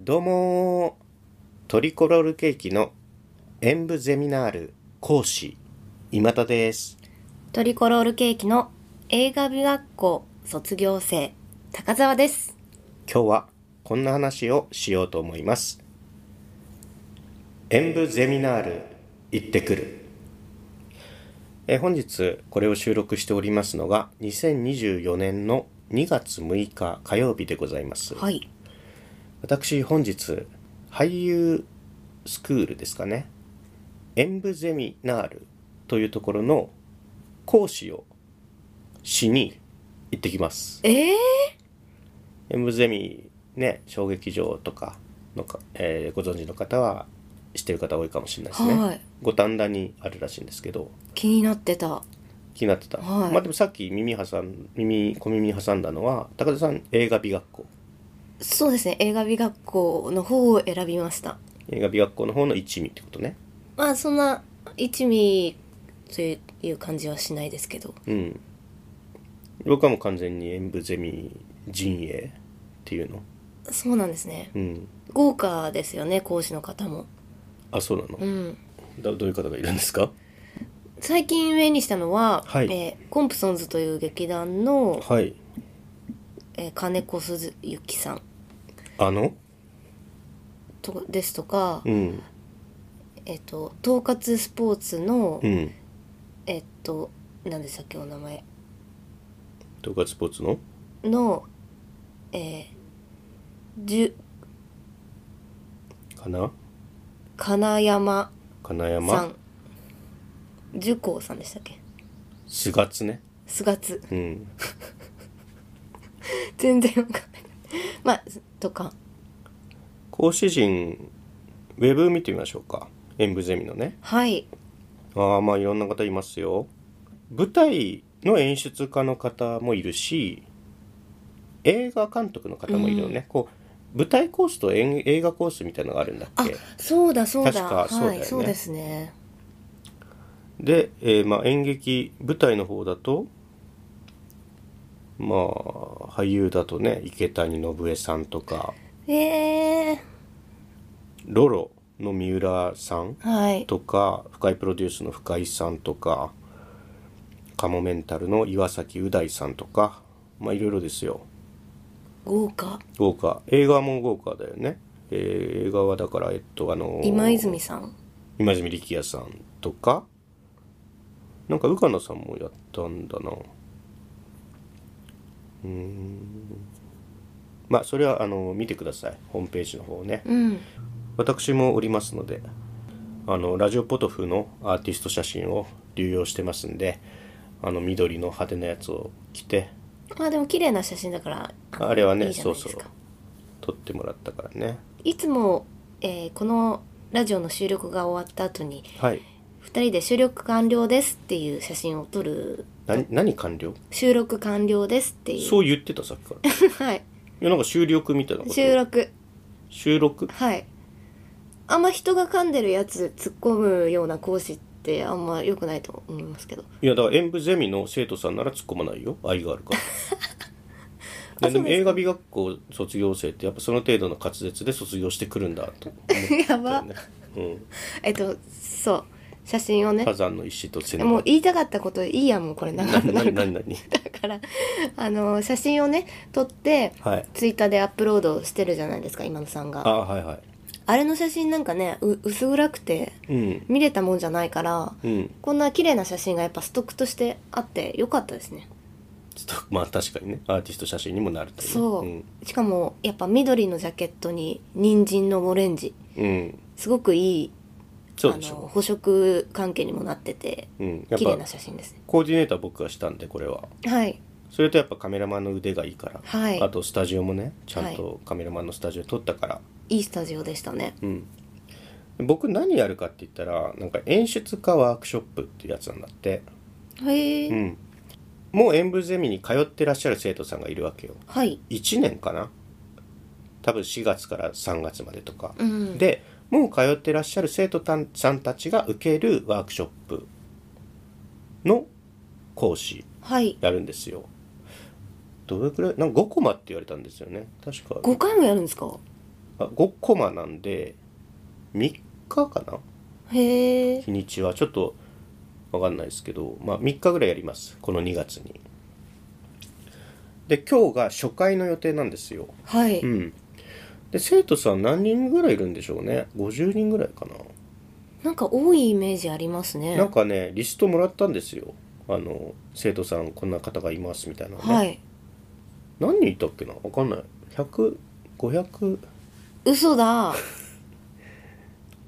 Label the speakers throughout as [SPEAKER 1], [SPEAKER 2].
[SPEAKER 1] どうもートリコロールケーキの演舞ゼミナール講師今田です
[SPEAKER 2] トリコロールケーキの映画美学校卒業生高澤です
[SPEAKER 1] 今日はこんな話をしようと思います演舞ゼミナール行ってくるえー本日これを収録しておりますのが2024年の2月6日火曜日でございます
[SPEAKER 2] はい
[SPEAKER 1] 私本日俳優スクールですかね演舞ゼミナールというところの講師をしに行ってきます
[SPEAKER 2] ええ
[SPEAKER 1] 演舞ゼミね小劇場とかのか、えーご存知の方は知ってる方多いかもしれないですね、
[SPEAKER 2] はい
[SPEAKER 1] 五反田にあるらしいんですけど
[SPEAKER 2] 気になってた
[SPEAKER 1] 気になってた、
[SPEAKER 2] はい
[SPEAKER 1] まあでもさっき耳挟ん耳小耳に挟んだのは高田さん映画美学校
[SPEAKER 2] そうですね映画美学校の方を選びました
[SPEAKER 1] 映画美学校の方の一味ってことね
[SPEAKER 2] まあそんな一味という感じはしないですけど
[SPEAKER 1] うん僕はもう完全に演舞ゼミ陣営っていうの
[SPEAKER 2] そうなんですね
[SPEAKER 1] うん
[SPEAKER 2] 豪華ですよね講師の方も
[SPEAKER 1] あそうなの、
[SPEAKER 2] うん
[SPEAKER 1] だどういう方がいるんですか
[SPEAKER 2] 最近上にしたのは、
[SPEAKER 1] はい
[SPEAKER 2] えーコンプソンズという劇団の、
[SPEAKER 1] はい
[SPEAKER 2] えー金子鈴木さん
[SPEAKER 1] あの
[SPEAKER 2] とですとか、
[SPEAKER 1] うん
[SPEAKER 2] えっと統括スポーツの、
[SPEAKER 1] うん
[SPEAKER 2] えっと何でしたっけお名前
[SPEAKER 1] 東海スポーツの
[SPEAKER 2] のえー、じゅ
[SPEAKER 1] かな
[SPEAKER 2] 金山
[SPEAKER 1] 金
[SPEAKER 2] さ
[SPEAKER 1] 山
[SPEAKER 2] ん寿光さんでしたっけ
[SPEAKER 1] 菅津ね
[SPEAKER 2] 菅津
[SPEAKER 1] うん
[SPEAKER 2] 全然わかんないまあとか
[SPEAKER 1] 講師陣ウェブ見てみましょうか演舞ゼミのね
[SPEAKER 2] はい
[SPEAKER 1] ああまあいろんな方いますよ舞台の演出家の方もいるし映画監督の方もいるよね、こう舞台コースと演映画コースみたいなのがあるんだっ
[SPEAKER 2] あ
[SPEAKER 1] け
[SPEAKER 2] そうだそうだ
[SPEAKER 1] 確かそうだよね
[SPEAKER 2] はい、そうですね
[SPEAKER 1] で、えーまあ、演劇舞台の方だとまあ俳優だとね池谷信江さんとか
[SPEAKER 2] えー、
[SPEAKER 1] ロロの三浦さん
[SPEAKER 2] はい
[SPEAKER 1] とか深井プロデュースの深井さんとかカモメンタルの岩崎う大さんとかまあいろいろですよ
[SPEAKER 2] 豪華
[SPEAKER 1] 豪華映画も豪華だよね、えー映画はだからえっとあのー
[SPEAKER 2] 今泉さん
[SPEAKER 1] 今泉力也さんとかなんか宇香奈さんもやったんだなうーんまあそれはあの見てくださいホームページの方をね
[SPEAKER 2] うん
[SPEAKER 1] 私もおりますのであのラジオポトフのアーティスト写真を流用してますんであの緑の派手なやつを着て
[SPEAKER 2] まあでも綺麗な写真だからの
[SPEAKER 1] あれはね
[SPEAKER 2] いいじゃないですか
[SPEAKER 1] そうそう撮ってもらったからね
[SPEAKER 2] いつも、えーこのラジオの収録が終わった後に
[SPEAKER 1] はい
[SPEAKER 2] 2人で収録完了ですっていう写真を撮る
[SPEAKER 1] な何完了
[SPEAKER 2] 収録完了ですっていう
[SPEAKER 1] そう言ってたさっきから い
[SPEAKER 2] はい
[SPEAKER 1] やなんか収録みたいなこと
[SPEAKER 2] 収録
[SPEAKER 1] 収録
[SPEAKER 2] はいあんま人が噛んでるやつ突っ込むような講師ってあんま良くないと思いますけど
[SPEAKER 1] いやだから演舞ゼミの生徒さんなら突っ込まないよ愛がある からいやで
[SPEAKER 2] そうです
[SPEAKER 1] も
[SPEAKER 2] か
[SPEAKER 1] 映画美学校卒業生ってやっぱその程度の滑舌で卒業してくるんだと思っ
[SPEAKER 2] や
[SPEAKER 1] たよ
[SPEAKER 2] ば
[SPEAKER 1] ね、うん、
[SPEAKER 2] えっとそう写真をね
[SPEAKER 1] 火山の石と背
[SPEAKER 2] もう
[SPEAKER 1] 中
[SPEAKER 2] 言いたかったこといいやもうこれ長
[SPEAKER 1] な
[SPEAKER 2] く
[SPEAKER 1] な
[SPEAKER 2] な
[SPEAKER 1] な
[SPEAKER 2] るか
[SPEAKER 1] 何何
[SPEAKER 2] らだからあの写真をね撮って
[SPEAKER 1] はい
[SPEAKER 2] ツイッターでアップロードしてるじゃないですか今野さんが
[SPEAKER 1] あはいはい
[SPEAKER 2] あれの写真なんかねう薄暗くて
[SPEAKER 1] うん
[SPEAKER 2] 見れたもんじゃないから
[SPEAKER 1] うん
[SPEAKER 2] こんな綺麗な写真がやっぱストックとしてあってよかったですね
[SPEAKER 1] ちょっとまあ確かにねアーティスト写真にもなるといね
[SPEAKER 2] そう、
[SPEAKER 1] ん
[SPEAKER 2] しかもやっぱ緑のジャケットに人参のオレンジ
[SPEAKER 1] うん、
[SPEAKER 2] すごくいい
[SPEAKER 1] そうでし
[SPEAKER 2] あの
[SPEAKER 1] ょ
[SPEAKER 2] 補色関係にもなってて
[SPEAKER 1] う、うん、やっ
[SPEAKER 2] 綺麗な
[SPEAKER 1] ぱ
[SPEAKER 2] 写真ですね
[SPEAKER 1] コーディネーター僕がしたんでこれは
[SPEAKER 2] はい
[SPEAKER 1] それとやっぱカメラマンの腕がいいから、
[SPEAKER 2] はい
[SPEAKER 1] あとスタジオもねちゃんとカメラマンのスタジオ撮ったから、
[SPEAKER 2] いいスタジオでしたね
[SPEAKER 1] うん、僕何やるかって言ったらなんか演出家ワークショップっていうやつなんだって、
[SPEAKER 2] へえ、
[SPEAKER 1] うん、もう演舞ゼミに通ってらっしゃる生徒さんがいるわけよ
[SPEAKER 2] はい
[SPEAKER 1] 1年かな多分4月から3月までとか、
[SPEAKER 2] うん
[SPEAKER 1] でもう通ってらっしゃる生徒たんさんたちが受けるワークショップの講師
[SPEAKER 2] はい
[SPEAKER 1] やるんですよどれくらいなんか5コマって言われたんですよね確か
[SPEAKER 2] 5回もやるんですか
[SPEAKER 1] あ5コマなんで3日かな
[SPEAKER 2] へえ
[SPEAKER 1] 日にちはちょっとわかんないですけど、まあ、3日ぐらいやりますこの2月にで今日が初回の予定なんですよ
[SPEAKER 2] はい、
[SPEAKER 1] うんで生徒さん何人ぐらいいるんでしょうね50人ぐらいかな
[SPEAKER 2] なんか多いイメージありますね
[SPEAKER 1] なんかねリストもらったんですよあの生徒さんこんな方がいますみたいなのね、
[SPEAKER 2] はい
[SPEAKER 1] 何人いたっけなわかんない100500
[SPEAKER 2] 嘘だ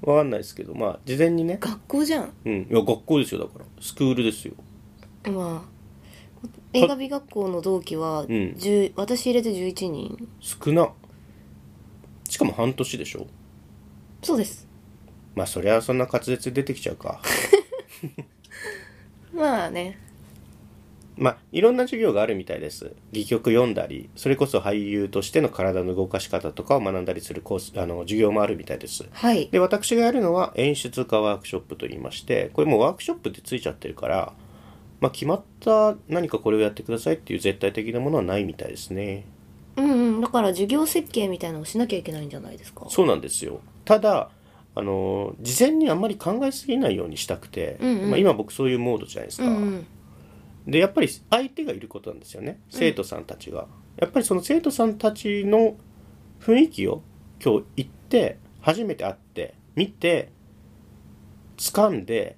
[SPEAKER 1] わかんないですけどまあ事前にね
[SPEAKER 2] 学校じゃん
[SPEAKER 1] うんいや学校ですよだからスクールですよ
[SPEAKER 2] まあ映画美学校の同期は、
[SPEAKER 1] ん
[SPEAKER 2] 10私入れて11人
[SPEAKER 1] 少なしかも半年でしょ
[SPEAKER 2] そうです
[SPEAKER 1] まあそりゃそんな滑舌出てきちゃうか
[SPEAKER 2] まあね
[SPEAKER 1] まあいろんな授業があるみたいです戯曲読んだりそれこそ俳優としての体の動かし方とかを学んだりするコースあの授業もあるみたいです
[SPEAKER 2] はい
[SPEAKER 1] で私がやるのは演出家ワークショップと言いましてこれもうワークショップってついちゃってるから、まあ、決まった何かこれをやってくださいっていう絶対的なものはないみたいですね
[SPEAKER 2] うんうんだから授業設計みたいなのをしなきゃいけないんじゃないですか
[SPEAKER 1] そうなんですよただあの事前にあんまり考えすぎないようにしたくて、
[SPEAKER 2] うんうん
[SPEAKER 1] まあ、今僕そういうモードじゃないですか、
[SPEAKER 2] うんうん
[SPEAKER 1] でやっぱり相手がいることなんですよね生徒さんたちが、やっぱりその生徒さんたちの雰囲気を今日行って初めて会って見て掴んで、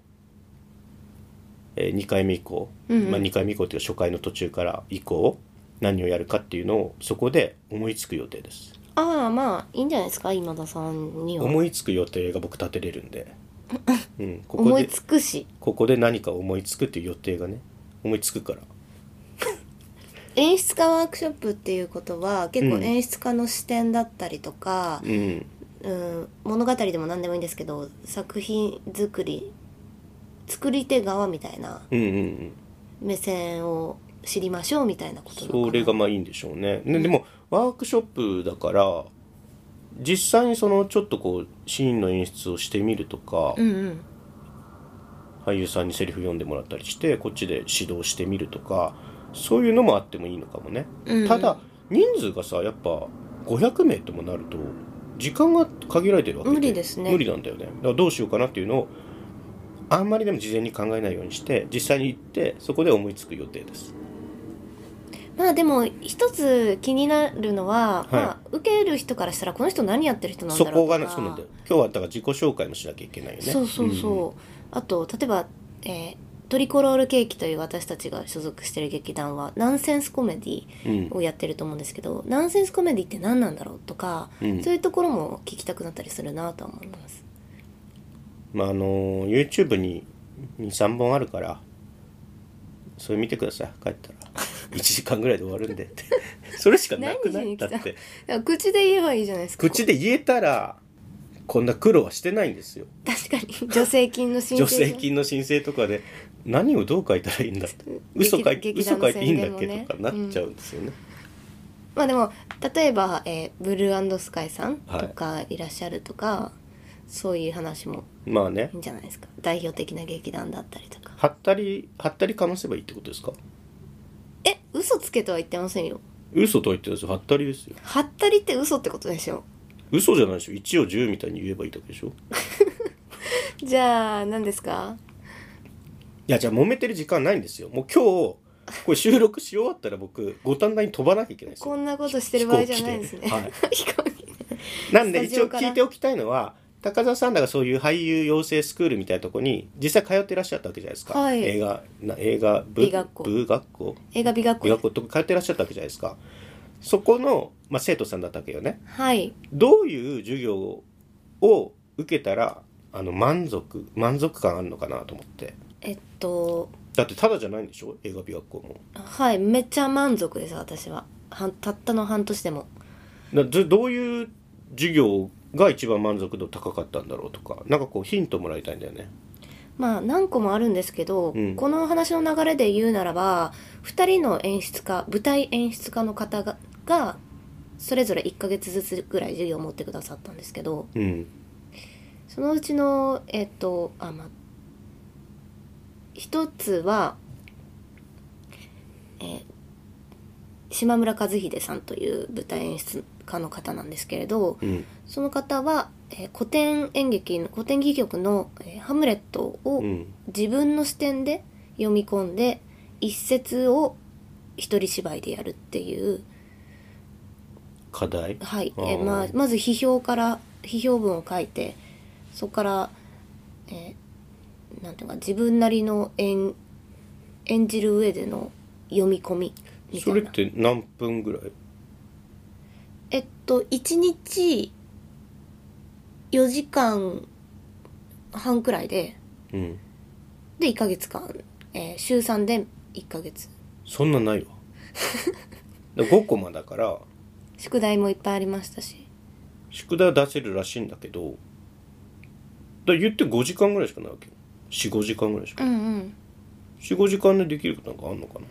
[SPEAKER 1] え2回目以降、
[SPEAKER 2] うんうん
[SPEAKER 1] まあ、2回目以降っていうか初回の途中から以降何をやるかっていうのをそこで思いつく予定です
[SPEAKER 2] ああまあいいんじゃないですか今田さんには
[SPEAKER 1] 思いつく予定が僕立てれるんで、 うん、ここ
[SPEAKER 2] 思
[SPEAKER 1] で
[SPEAKER 2] いつくし
[SPEAKER 1] ここで何か思いつくっていう予定がね思いつくから
[SPEAKER 2] 演出家ワークショップっていうことは結構
[SPEAKER 1] うん
[SPEAKER 2] 演出家の視点だったりとか、
[SPEAKER 1] うん
[SPEAKER 2] うん、物語でも何でもいいんですけど作品作り作り手側みたいな
[SPEAKER 1] うんうんうん
[SPEAKER 2] 目線を知りましょうみたいなことなのかな
[SPEAKER 1] それがまあいいんでしょうねねでもワークショップだから実際にそのちょっとこうシーンの演出をしてみるとか、
[SPEAKER 2] うんうん
[SPEAKER 1] 俳優さんにセリフ読んでもらったりしてこっちで指導してみるとかそういうのもあってもいいのかもね、
[SPEAKER 2] うんうん
[SPEAKER 1] ただ人数がさやっぱ500名ともなると時間が限られてるわけ
[SPEAKER 2] 無理ですね
[SPEAKER 1] 無理なんだよねだからどうしようかなっていうのをあんまりでも事前に考えないようにして実際に行ってそこで思いつく予定です
[SPEAKER 2] まあでも一つ気になるのは、
[SPEAKER 1] い
[SPEAKER 2] まあ、受ける人からしたらこの人何やってる人なんだ
[SPEAKER 1] そ
[SPEAKER 2] ろ
[SPEAKER 1] こ
[SPEAKER 2] うとか
[SPEAKER 1] がねそうなんだよ今日はだから自己紹介もしなきゃいけないよね
[SPEAKER 2] そうそうそう、
[SPEAKER 1] ん
[SPEAKER 2] あと例えば、えートリコロールケーキという私たちが所属してる劇団はナンセンスコメディ
[SPEAKER 1] うん
[SPEAKER 2] をやってると思うんですけど、ナンセンスコメディって何なんだろうとか、
[SPEAKER 1] うん
[SPEAKER 2] そういうところも聞きたくなったりするなとは思います
[SPEAKER 1] まああの YouTube に23本あるからそれ見てください帰った ら1時間ぐらいで終わるんでって それしかなくな
[SPEAKER 2] 何し
[SPEAKER 1] い
[SPEAKER 2] に
[SPEAKER 1] だ
[SPEAKER 2] 来た
[SPEAKER 1] って
[SPEAKER 2] だから口で言えばいいじゃないですか
[SPEAKER 1] 口で言えたらこんな苦労はしてないんですよ
[SPEAKER 2] 確かに助成金の申請
[SPEAKER 1] 助成金の申請とかで何をどう書いたらいいんだって嘘書い
[SPEAKER 2] 劇
[SPEAKER 1] 嘘書いていいんだっけ
[SPEAKER 2] 劇団の宣伝もね
[SPEAKER 1] とかなっちゃうんですよね、
[SPEAKER 2] まあでも例えば、えーブルースカイさんとかいらっしゃるとか、そういう話も
[SPEAKER 1] まあね
[SPEAKER 2] いいんじゃないですか代表的な劇団だったりとか
[SPEAKER 1] はったりはったりかませばいいってことですか
[SPEAKER 2] え嘘つけとは言ってませんよ
[SPEAKER 1] 嘘とは言ってないですよはったりですよ
[SPEAKER 2] はったりって嘘ってことでしょ
[SPEAKER 1] 嘘じゃないでしょ1を10みたいに言えばいいだけでしょ
[SPEAKER 2] じゃあ何ですか
[SPEAKER 1] いやじゃあ揉めてる時間ないんですよもう今日これ収録し終わったら僕五反田に飛ばなきゃいけないんです
[SPEAKER 2] こ
[SPEAKER 1] よ
[SPEAKER 2] んなことしてる場合じゃないですね
[SPEAKER 1] 飛行機
[SPEAKER 2] 飛行機
[SPEAKER 1] なんで
[SPEAKER 2] スタ
[SPEAKER 1] 一
[SPEAKER 2] ジ
[SPEAKER 1] 応
[SPEAKER 2] オから
[SPEAKER 1] 聞いておきたいのは高澤さんらがそういう俳優養成スクールみたいなとこに実際通ってらっしゃったわけじゃないですか、
[SPEAKER 2] はい
[SPEAKER 1] 映画な映画部
[SPEAKER 2] 美学校
[SPEAKER 1] 部学校
[SPEAKER 2] 映画美学
[SPEAKER 1] 美
[SPEAKER 2] 校
[SPEAKER 1] 学校とか通ってらっしゃったわけじゃないですかそこの、まあ、生徒さんだったわけよね
[SPEAKER 2] はい
[SPEAKER 1] どういう授業を受けたらあの満足満足感あるのかなと思って
[SPEAKER 2] えっと
[SPEAKER 1] だってただじゃないんでしょ映画美学校も
[SPEAKER 2] はいめっちゃ満足です私ははんたったの半年でも
[SPEAKER 1] なずどういう授業が一番満足度高かったんだろうとかなんかこうヒントもらいたいんだよね
[SPEAKER 2] まあ何個もあるんですけど、
[SPEAKER 1] うん
[SPEAKER 2] この話の流れで言うならば2人の演出家舞台演出家の方ががそれぞれ1ヶ月ずつぐらい授業を持ってくださったんですけど
[SPEAKER 1] うん
[SPEAKER 2] そのうちのえっとあまあ一つはえー島村和秀さんという舞台演出家の方なんですけれど、
[SPEAKER 1] うん
[SPEAKER 2] その方は、えー古典演劇の古典戯曲の「えーハムレット」を
[SPEAKER 1] うん
[SPEAKER 2] 自分の視点で読み込んで一節を一人芝居でやるっていう、
[SPEAKER 1] 課題
[SPEAKER 2] はいえ
[SPEAKER 1] あー
[SPEAKER 2] ーまあ、まず批評から批評文を書いてそこから、えーなんていうか自分なりの演演じる上での読み込みみた
[SPEAKER 1] そ
[SPEAKER 2] い
[SPEAKER 1] れ
[SPEAKER 2] な
[SPEAKER 1] って何分ぐらい
[SPEAKER 2] えっと1日4時間半くらいで
[SPEAKER 1] うん
[SPEAKER 2] で1ヶ月間、えー週3で1ヶ月
[SPEAKER 1] そんなないわ で5コマだから
[SPEAKER 2] 宿題もいっぱいありましたし
[SPEAKER 1] 宿題は出せるらしいんだけどだ言って5時間ぐらいしかないわけよ45時間ぐらいしか
[SPEAKER 2] うんうん
[SPEAKER 1] 45時間でできることなんかあんのかな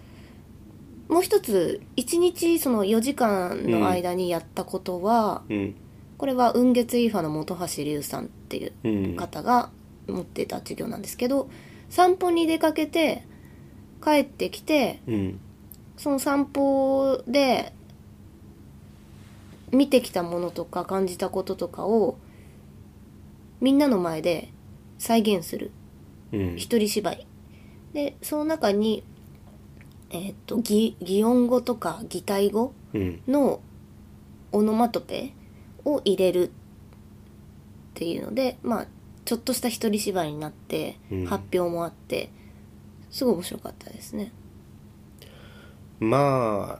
[SPEAKER 2] もう一つ1日その4時間の間にやったことは、
[SPEAKER 1] うん
[SPEAKER 2] これは雲月イファの本橋龍さんっていう
[SPEAKER 1] うん
[SPEAKER 2] 方が持ってた授業なんですけど散歩に出かけて帰ってきて
[SPEAKER 1] うん
[SPEAKER 2] その散歩で見てきたものとか感じたこととかをみんなの前で再現する
[SPEAKER 1] うん
[SPEAKER 2] 一人芝居でその中に、えーっと擬擬音語とか擬態語
[SPEAKER 1] うん
[SPEAKER 2] のオノマトペを入れるっていうのでまあちょっとした一人芝居になって、
[SPEAKER 1] うん
[SPEAKER 2] 発表もあってすごい面白かったですね
[SPEAKER 1] まあ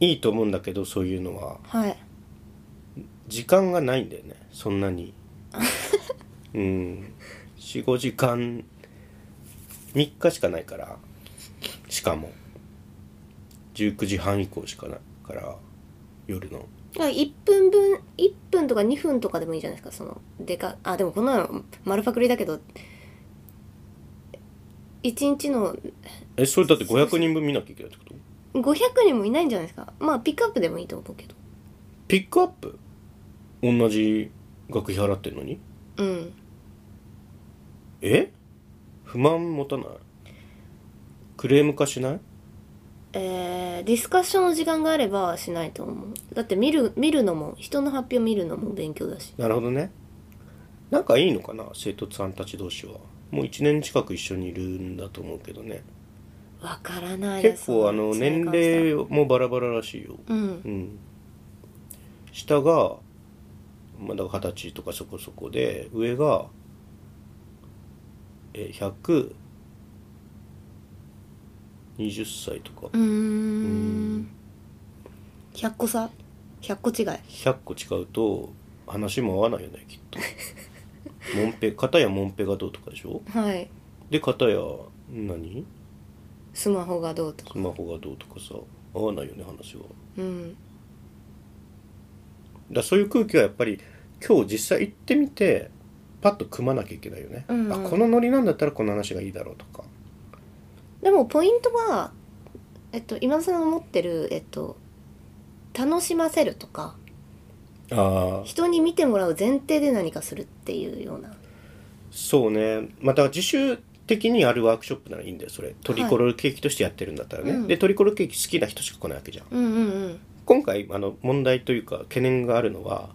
[SPEAKER 1] いいと思うんだけどそういうのは
[SPEAKER 2] はい
[SPEAKER 1] 時間がないんだよねそんなにうん45時間3日しかないからしかも19時半以降しかないから夜の
[SPEAKER 2] だから1分分1分とか2分とかでもいいじゃないですかそのでかあでもこんなの丸パクリだけど1日の
[SPEAKER 1] えそれだって500人分見なきゃいけないってこと
[SPEAKER 2] 500人もいないんじゃないですかまあピックアップでもいいと思うけど
[SPEAKER 1] ピックアップ同じ学費払ってんのに
[SPEAKER 2] うん
[SPEAKER 1] え不満持たないクレーム化しない
[SPEAKER 2] えーディスカッションの時間があればしないと思うだって見る見るのも人の発表見るのも勉強だし
[SPEAKER 1] なるほどねなんかいいのかな生徒さんたち同士はもう1年近く一緒にいるんだと思うけどね
[SPEAKER 2] わからないです
[SPEAKER 1] 結構あの
[SPEAKER 2] それ
[SPEAKER 1] 年
[SPEAKER 2] に関しては
[SPEAKER 1] 齢もバラバラらしいよ
[SPEAKER 2] うん
[SPEAKER 1] うん下がまあだから二十歳とかそこそこで上がえ120歳とか
[SPEAKER 2] うーん100個差100個違い
[SPEAKER 1] 100個違うと話も合わないよねきっ とモンペ片やモンペがどうとかでしょ
[SPEAKER 2] はい
[SPEAKER 1] で片や何
[SPEAKER 2] スマホがどうとか
[SPEAKER 1] スマホがどうとかさ合わないよね話は
[SPEAKER 2] うん
[SPEAKER 1] だそういう空気はやっぱり今日実際行ってみてパッと組まなきゃいけないよね、
[SPEAKER 2] うんうん
[SPEAKER 1] あこのノリなんだったらこの話がいいだろうとか
[SPEAKER 2] でもポイントは、えっと、今田さんが持ってる、えっと、楽しませるとか
[SPEAKER 1] ああ
[SPEAKER 2] 人に見てもらう前提で何かするっていうような
[SPEAKER 1] そうねまた自主的にやるワークショップならいいんだよそれトリコロールケーキとしてやってるんだったらね、
[SPEAKER 2] うん
[SPEAKER 1] でトリコロールケーキ好きな人しか来ないわけじゃん
[SPEAKER 2] うんうんうん
[SPEAKER 1] 今回あの問題というか懸念があるのは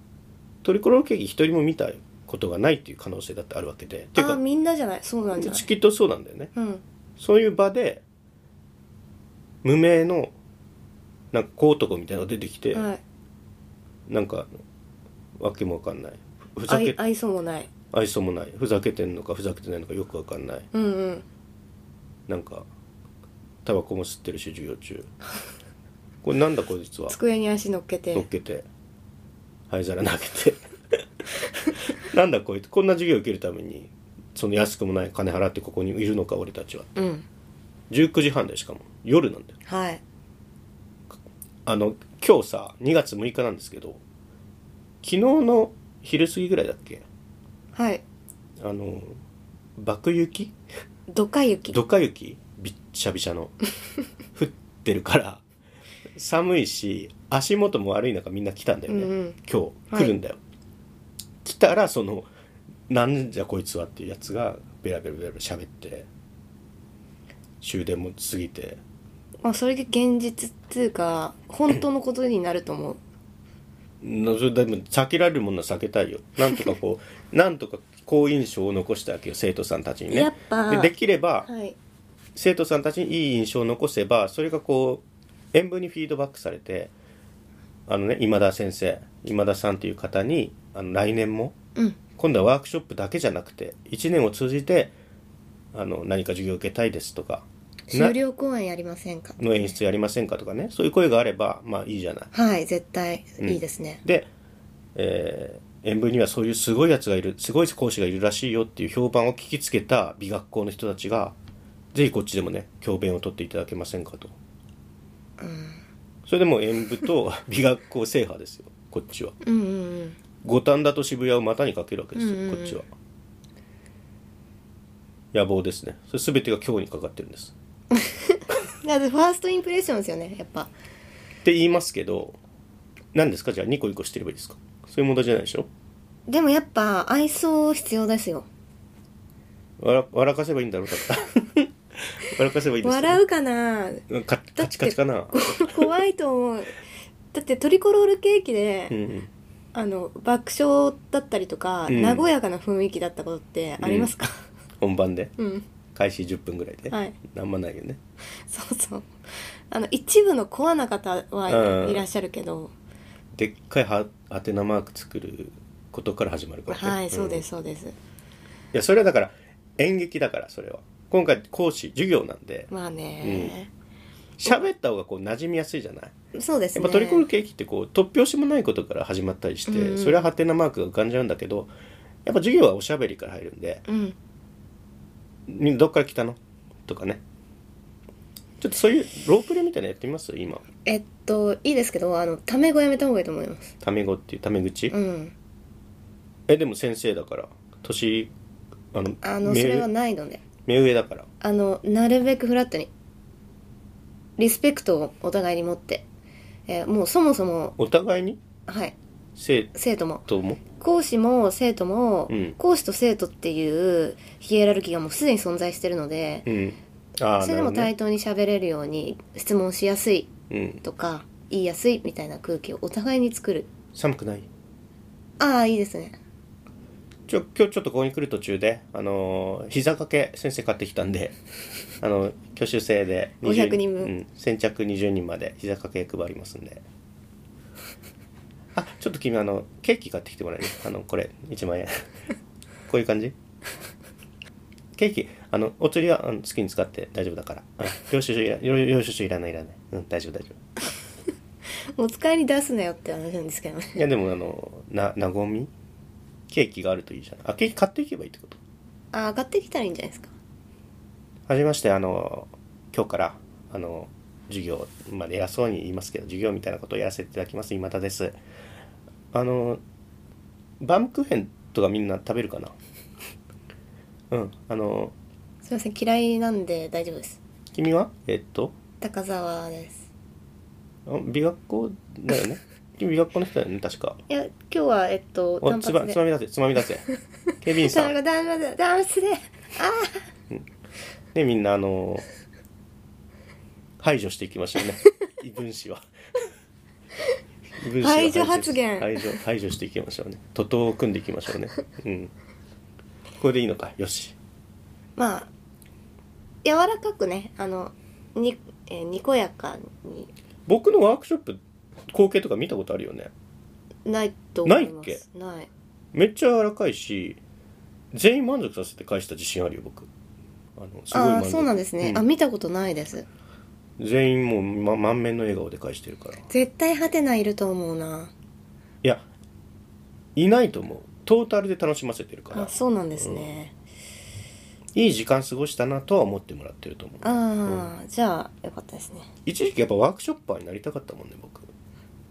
[SPEAKER 1] トリコロールケーキ一人も見たことがないっていう可能性だってあるわけでっていう
[SPEAKER 2] あ
[SPEAKER 1] か
[SPEAKER 2] あみんなじゃないそうなんじゃない
[SPEAKER 1] きっとそうなんだよね
[SPEAKER 2] うん
[SPEAKER 1] そういう場で無名のなんか小男みたいなのが出てきて、
[SPEAKER 2] はい
[SPEAKER 1] なんかわけもわかんないふふざ
[SPEAKER 2] 愛
[SPEAKER 1] け
[SPEAKER 2] 愛想もない
[SPEAKER 1] 愛想もないふざけてんのかふざけてないのかよくわかんない
[SPEAKER 2] うんうん
[SPEAKER 1] なんかタバコも吸ってるし授業 中これなんだこいつは
[SPEAKER 2] 机に足乗っけて
[SPEAKER 1] 乗っけて灰皿投げて なんだこいつこんな授業受けるためにその安くもない金払ってここにいるのか俺たちは
[SPEAKER 2] うん
[SPEAKER 1] 19時半でしかも夜なんだよ
[SPEAKER 2] はい
[SPEAKER 1] あの今日さ2月6日なんですけど昨日の昼過ぎぐらいだっけ
[SPEAKER 2] はい
[SPEAKER 1] あの爆雪
[SPEAKER 2] どか雪
[SPEAKER 1] ドカ雪びっちゃびちゃ の降ってるから寒いし足元も悪い中みんな来たんだよね、
[SPEAKER 2] うんうん
[SPEAKER 1] 今日
[SPEAKER 2] はい
[SPEAKER 1] 来るんだよ、来たらそのなんじゃこいつはっていうやつがベラベラベラベラ喋って終電も過ぎて
[SPEAKER 2] まあ、それが現実っていうか本当のことになると思う
[SPEAKER 1] なそれでも避けられるものは避けたいよなんとかこう なんとか好印象を残したいわけよ生徒さんたちにね
[SPEAKER 2] やっぱ
[SPEAKER 1] でできれば、
[SPEAKER 2] はい
[SPEAKER 1] 生徒さんたちにいい印象を残せばそれがこう演舞にフィードバックされてあのね今田先生今田さんという方にあの来年も
[SPEAKER 2] うん
[SPEAKER 1] 今度はワークショップだけじゃなくて1年を通じてあの何か授業を受けたいですとかな
[SPEAKER 2] 終了公演やりませんか
[SPEAKER 1] の演出やりませんかとかねそういう声があればまあいいじゃない。
[SPEAKER 2] はい絶対いいですね、
[SPEAKER 1] で、えー演舞にはそういうすごいやつがいるすごい講師がいるらしいよっていう評判を聞きつけた美学校の人たちがぜひこっちでもね教鞭を取っていただけませんかと、それでもう演舞と 美学校制覇ですよこっちは
[SPEAKER 2] うん、うんうん
[SPEAKER 1] 五反田と渋谷を股にかけるわけですよ、
[SPEAKER 2] うんうんうん
[SPEAKER 1] こっちは野望ですねそれ全てが今日にかかってるんです
[SPEAKER 2] だってファーストインプレッションですよねやっぱ
[SPEAKER 1] って言いますけど何ですかじゃあニコニコしてればいいですかそういう問題じゃないでしょ
[SPEAKER 2] でもやっぱ愛想必要ですよ
[SPEAKER 1] わら笑かせばいいんだろうだから 笑かせばいいですよね
[SPEAKER 2] 笑うかな
[SPEAKER 1] うんカカチカチかな
[SPEAKER 2] 怖いと思うだってトリコロールケーキで、
[SPEAKER 1] うんうん
[SPEAKER 2] あの爆笑だったりとか、
[SPEAKER 1] うん
[SPEAKER 2] 和やかな雰囲気だったことってありますか
[SPEAKER 1] 本番で
[SPEAKER 2] うん、
[SPEAKER 1] 開始10分ぐらいで、
[SPEAKER 2] はい
[SPEAKER 1] なんもないよね
[SPEAKER 2] そうそうあの一部のコアな方は
[SPEAKER 1] うん
[SPEAKER 2] いらっしゃるけど、
[SPEAKER 1] でっかいはハテナマーク作ることから始まるからね、、
[SPEAKER 2] はいそうですすそうです
[SPEAKER 1] いやそれはだから演劇だからそれは今回講師授業なんで
[SPEAKER 2] まあね、
[SPEAKER 1] 喋った方がこう馴染みやすいじゃない
[SPEAKER 2] そうです
[SPEAKER 1] やっ
[SPEAKER 2] ね
[SPEAKER 1] ぱトリコールケーキってこう突拍子もないことから始まったりして、
[SPEAKER 2] うん
[SPEAKER 1] それはハテナマークが浮かんじゃうんだけどやっぱ授業はおしゃべりから入るんで
[SPEAKER 2] うん
[SPEAKER 1] 「どっから来たの?」とかねちょっとそういうロープレみたいなのやってみます今
[SPEAKER 2] えっといいですけどあのタメ語やめた方がいいと思います
[SPEAKER 1] タメ語っていうタメ口、
[SPEAKER 2] うん
[SPEAKER 1] えでも先生だから年あの
[SPEAKER 2] あの
[SPEAKER 1] 目
[SPEAKER 2] それはないので
[SPEAKER 1] 目上だから
[SPEAKER 2] あのなるべくフラットにリスペクトをお互いに持って、えーもうそもそも
[SPEAKER 1] お互いに
[SPEAKER 2] はい
[SPEAKER 1] 生
[SPEAKER 2] 生徒も
[SPEAKER 1] 徒も
[SPEAKER 2] 講師も生徒も、
[SPEAKER 1] うん
[SPEAKER 2] 講師と生徒っていうヒエラルキーがもうすでに存在してるので、
[SPEAKER 1] うんああ
[SPEAKER 2] それでも対等に喋れるように質問しやすい
[SPEAKER 1] うん、
[SPEAKER 2] とか言いやすいみたいな空気をお互いに作る
[SPEAKER 1] 寒くない
[SPEAKER 2] ああいいですね
[SPEAKER 1] ちょ今日ちょっとここに来る途中であのー膝掛け先生買ってきたんで あの挙手制で
[SPEAKER 2] 500人分
[SPEAKER 1] うん、先着20人まで膝掛け配りますんであちょっと君あのケーキ買ってきてもらえるあのこれ1万円 こういう感じケーキあのお釣りはあの好きに使って大丈夫だから、うん、領収書いら 領領収書いらないいらないうん大丈夫大丈夫
[SPEAKER 2] お使いに出すなよって話なんですけどね
[SPEAKER 1] いやでもあのな和みケーキがあるといいじゃんあケーキ買っていけばいいってこと
[SPEAKER 2] ああ上がってきたらいいんじゃないですか
[SPEAKER 1] はじめましてあの今日からあの授業まで偉そうに言いますけど授業みたいなことをやらせていただきます今田ですあのバームクーヘンとかみんな食べるかな うんあの
[SPEAKER 2] すいません嫌いなんで大丈夫です
[SPEAKER 1] 君はえっと
[SPEAKER 2] 高沢です
[SPEAKER 1] あ美学校だよね君美学校の人だよね 確か
[SPEAKER 2] いや今日はえっと
[SPEAKER 1] お
[SPEAKER 2] 単
[SPEAKER 1] つ
[SPEAKER 2] 発
[SPEAKER 1] ば
[SPEAKER 2] で
[SPEAKER 1] つまみ出せつまみ出 せ警備員さん
[SPEAKER 2] 単発で単発で
[SPEAKER 1] でみんなあの排除していきました ね異分子は異分子は
[SPEAKER 2] 排除発言
[SPEAKER 1] 排除排除していきましょうね徒党を組んでいきましょうねうんこれでいいのかよし
[SPEAKER 2] まあ柔らかくねあのに、えーにこやかに
[SPEAKER 1] 僕のワークショップ光景とか見たことあるよね
[SPEAKER 2] ないと思います
[SPEAKER 1] ないっ
[SPEAKER 2] ないっ
[SPEAKER 1] めっちゃ柔らかいし全員満足させて返した自信あるよ僕あのすごい
[SPEAKER 2] あ
[SPEAKER 1] 満
[SPEAKER 2] あ
[SPEAKER 1] 足
[SPEAKER 2] そうなんですね、
[SPEAKER 1] うん
[SPEAKER 2] あ見たことないです
[SPEAKER 1] 全員もう、ま、満面の笑顔で返してるからい
[SPEAKER 2] 絶対ハテナいると思うな
[SPEAKER 1] やいないと思うトータルで楽しませてるから
[SPEAKER 2] あそうなんですね、
[SPEAKER 1] いい時間過ごしたなとは思ってもらってると思う
[SPEAKER 2] ああ、じゃあよかったですね
[SPEAKER 1] 一時期やっぱワークショッパーになりたかったもんね僕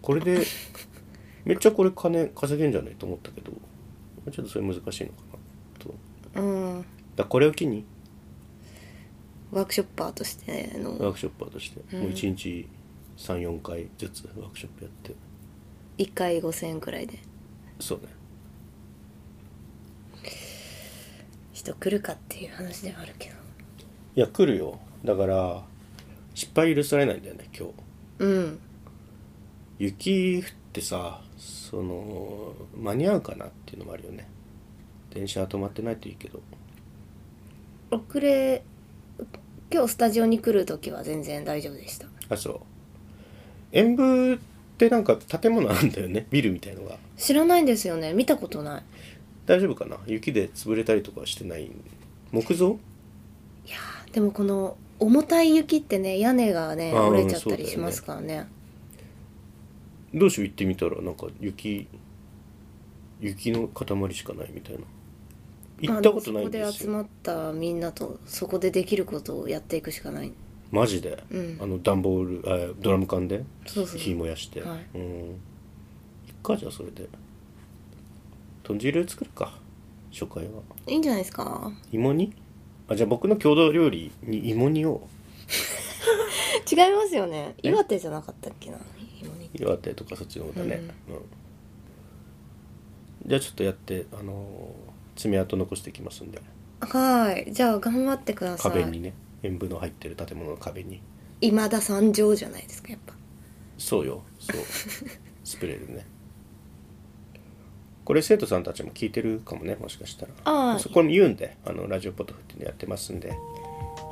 [SPEAKER 1] これでめっちゃこれ金稼げんじゃないと思ったけどちょっとそれ難しいのかなとだか
[SPEAKER 2] うん
[SPEAKER 1] らこれを機に
[SPEAKER 2] ワークショッパーとして
[SPEAKER 1] ワ
[SPEAKER 2] の
[SPEAKER 1] ークショッパーとして、
[SPEAKER 2] うん
[SPEAKER 1] もう1日34回ずつワークショップやって
[SPEAKER 2] 1回5000円くらいで
[SPEAKER 1] そうね
[SPEAKER 2] 人来るかっていう話ではあるけど
[SPEAKER 1] いや来るよだから失敗許されないんだよね今日
[SPEAKER 2] うん
[SPEAKER 1] 雪降ってさその間に合うかなっていうのもあるよね電車は止まってないといいけど
[SPEAKER 2] 遅れ今日スタジオに来る時は全然大丈夫でした
[SPEAKER 1] あそう演舞ってなんか建物あるんだよね ビルみたいのが
[SPEAKER 2] 知らないんですよね見たことない
[SPEAKER 1] 大丈夫かな雪で潰れたりとかはしてない木造
[SPEAKER 2] いやーでもこの重たい雪ってね屋根がね
[SPEAKER 1] あー
[SPEAKER 2] 折れちゃっ
[SPEAKER 1] そう
[SPEAKER 2] た
[SPEAKER 1] だ
[SPEAKER 2] り
[SPEAKER 1] よね
[SPEAKER 2] しますからね
[SPEAKER 1] どうしよう行ってみたらなんか雪雪の塊しかないみたいな行ったことないん
[SPEAKER 2] まあ
[SPEAKER 1] で
[SPEAKER 2] そこです集
[SPEAKER 1] よ、
[SPEAKER 2] まったみんなとそこでできることをやっていくしかない
[SPEAKER 1] マジで、
[SPEAKER 2] うん
[SPEAKER 1] あの段ボールあドラム缶で
[SPEAKER 2] そうそう
[SPEAKER 1] 火燃やして、
[SPEAKER 2] はい
[SPEAKER 1] うんいっかじゃあそれで豚汁作るか初回はい
[SPEAKER 2] いんじゃないですか
[SPEAKER 1] 芋煮あじゃあ僕の郷土料理に芋煮を
[SPEAKER 2] 違いますよね
[SPEAKER 1] え
[SPEAKER 2] 岩手じゃなかったっけな芋煮
[SPEAKER 1] 岩手とかそっちの方だね、うんじゃあちょっとやってあのー爪痕残していきますんで
[SPEAKER 2] はーいじゃあ頑張ってください
[SPEAKER 1] 壁にね塩分の入ってる建物の壁に
[SPEAKER 2] 今田三条じゃないですかやっぱ
[SPEAKER 1] そうよ そうスプレーでねこれ生徒さんたちも聞いてるかもねもしかしたら
[SPEAKER 2] ああ
[SPEAKER 1] そこに言うんであのラジオポトフっていうのやってますんで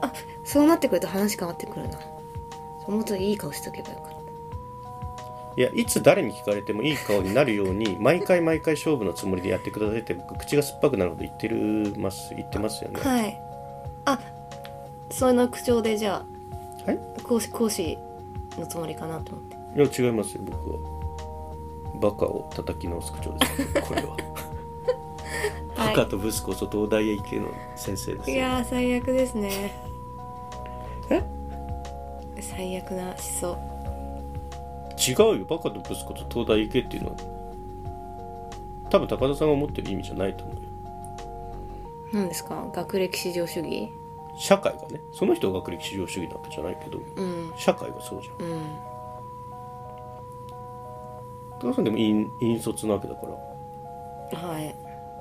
[SPEAKER 2] あそうなってくると話変わってくるなもうちょいいい顔しとけばよかっ
[SPEAKER 1] いやいつ誰に聞かれてもいい顔になるように毎回毎回勝負のつもりでやってくださいって僕口が酸っぱくなるほど言ってるます言ってますよね
[SPEAKER 2] たはいあその口調でじゃ
[SPEAKER 1] はい
[SPEAKER 2] あ講師講師のつもりかなと思って
[SPEAKER 1] いや違いますよ僕はバカを叩き直す口調 ですよこれはバカとブスこそ東大へ行けの先生です
[SPEAKER 2] い
[SPEAKER 1] よ
[SPEAKER 2] やー最悪ですね
[SPEAKER 1] え
[SPEAKER 2] 最悪な思想
[SPEAKER 1] 違うよバカとブスこと東大行けっていうのは多分高田さんが思ってる意味じゃないと思うよ
[SPEAKER 2] なんですか学歴至上主義
[SPEAKER 1] 社会がねその人が学歴至上主義なわけじゃないけど
[SPEAKER 2] うん
[SPEAKER 1] 社会がそうじゃん
[SPEAKER 2] うん
[SPEAKER 1] 高田さんでも引引率なわけだから
[SPEAKER 2] はい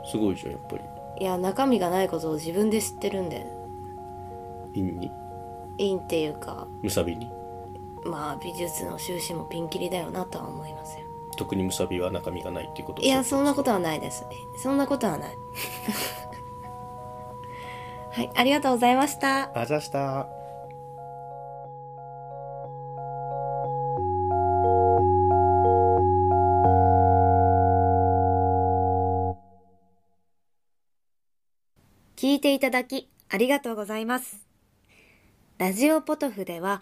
[SPEAKER 1] すごいじゃんやっぱり
[SPEAKER 2] いや中身がないことを自分で知ってるんで
[SPEAKER 1] 陰に
[SPEAKER 2] いいっていうか
[SPEAKER 1] むさびに
[SPEAKER 2] まあ美術の修士もピンキリだよなとは思いますよ
[SPEAKER 1] 特にむさびは中身がないっていうことを
[SPEAKER 2] いやそんなこととはないですそんなことはない はいありがとうございました
[SPEAKER 1] あざした
[SPEAKER 3] 聞いていただきありがとうございます。ラジオポトフでは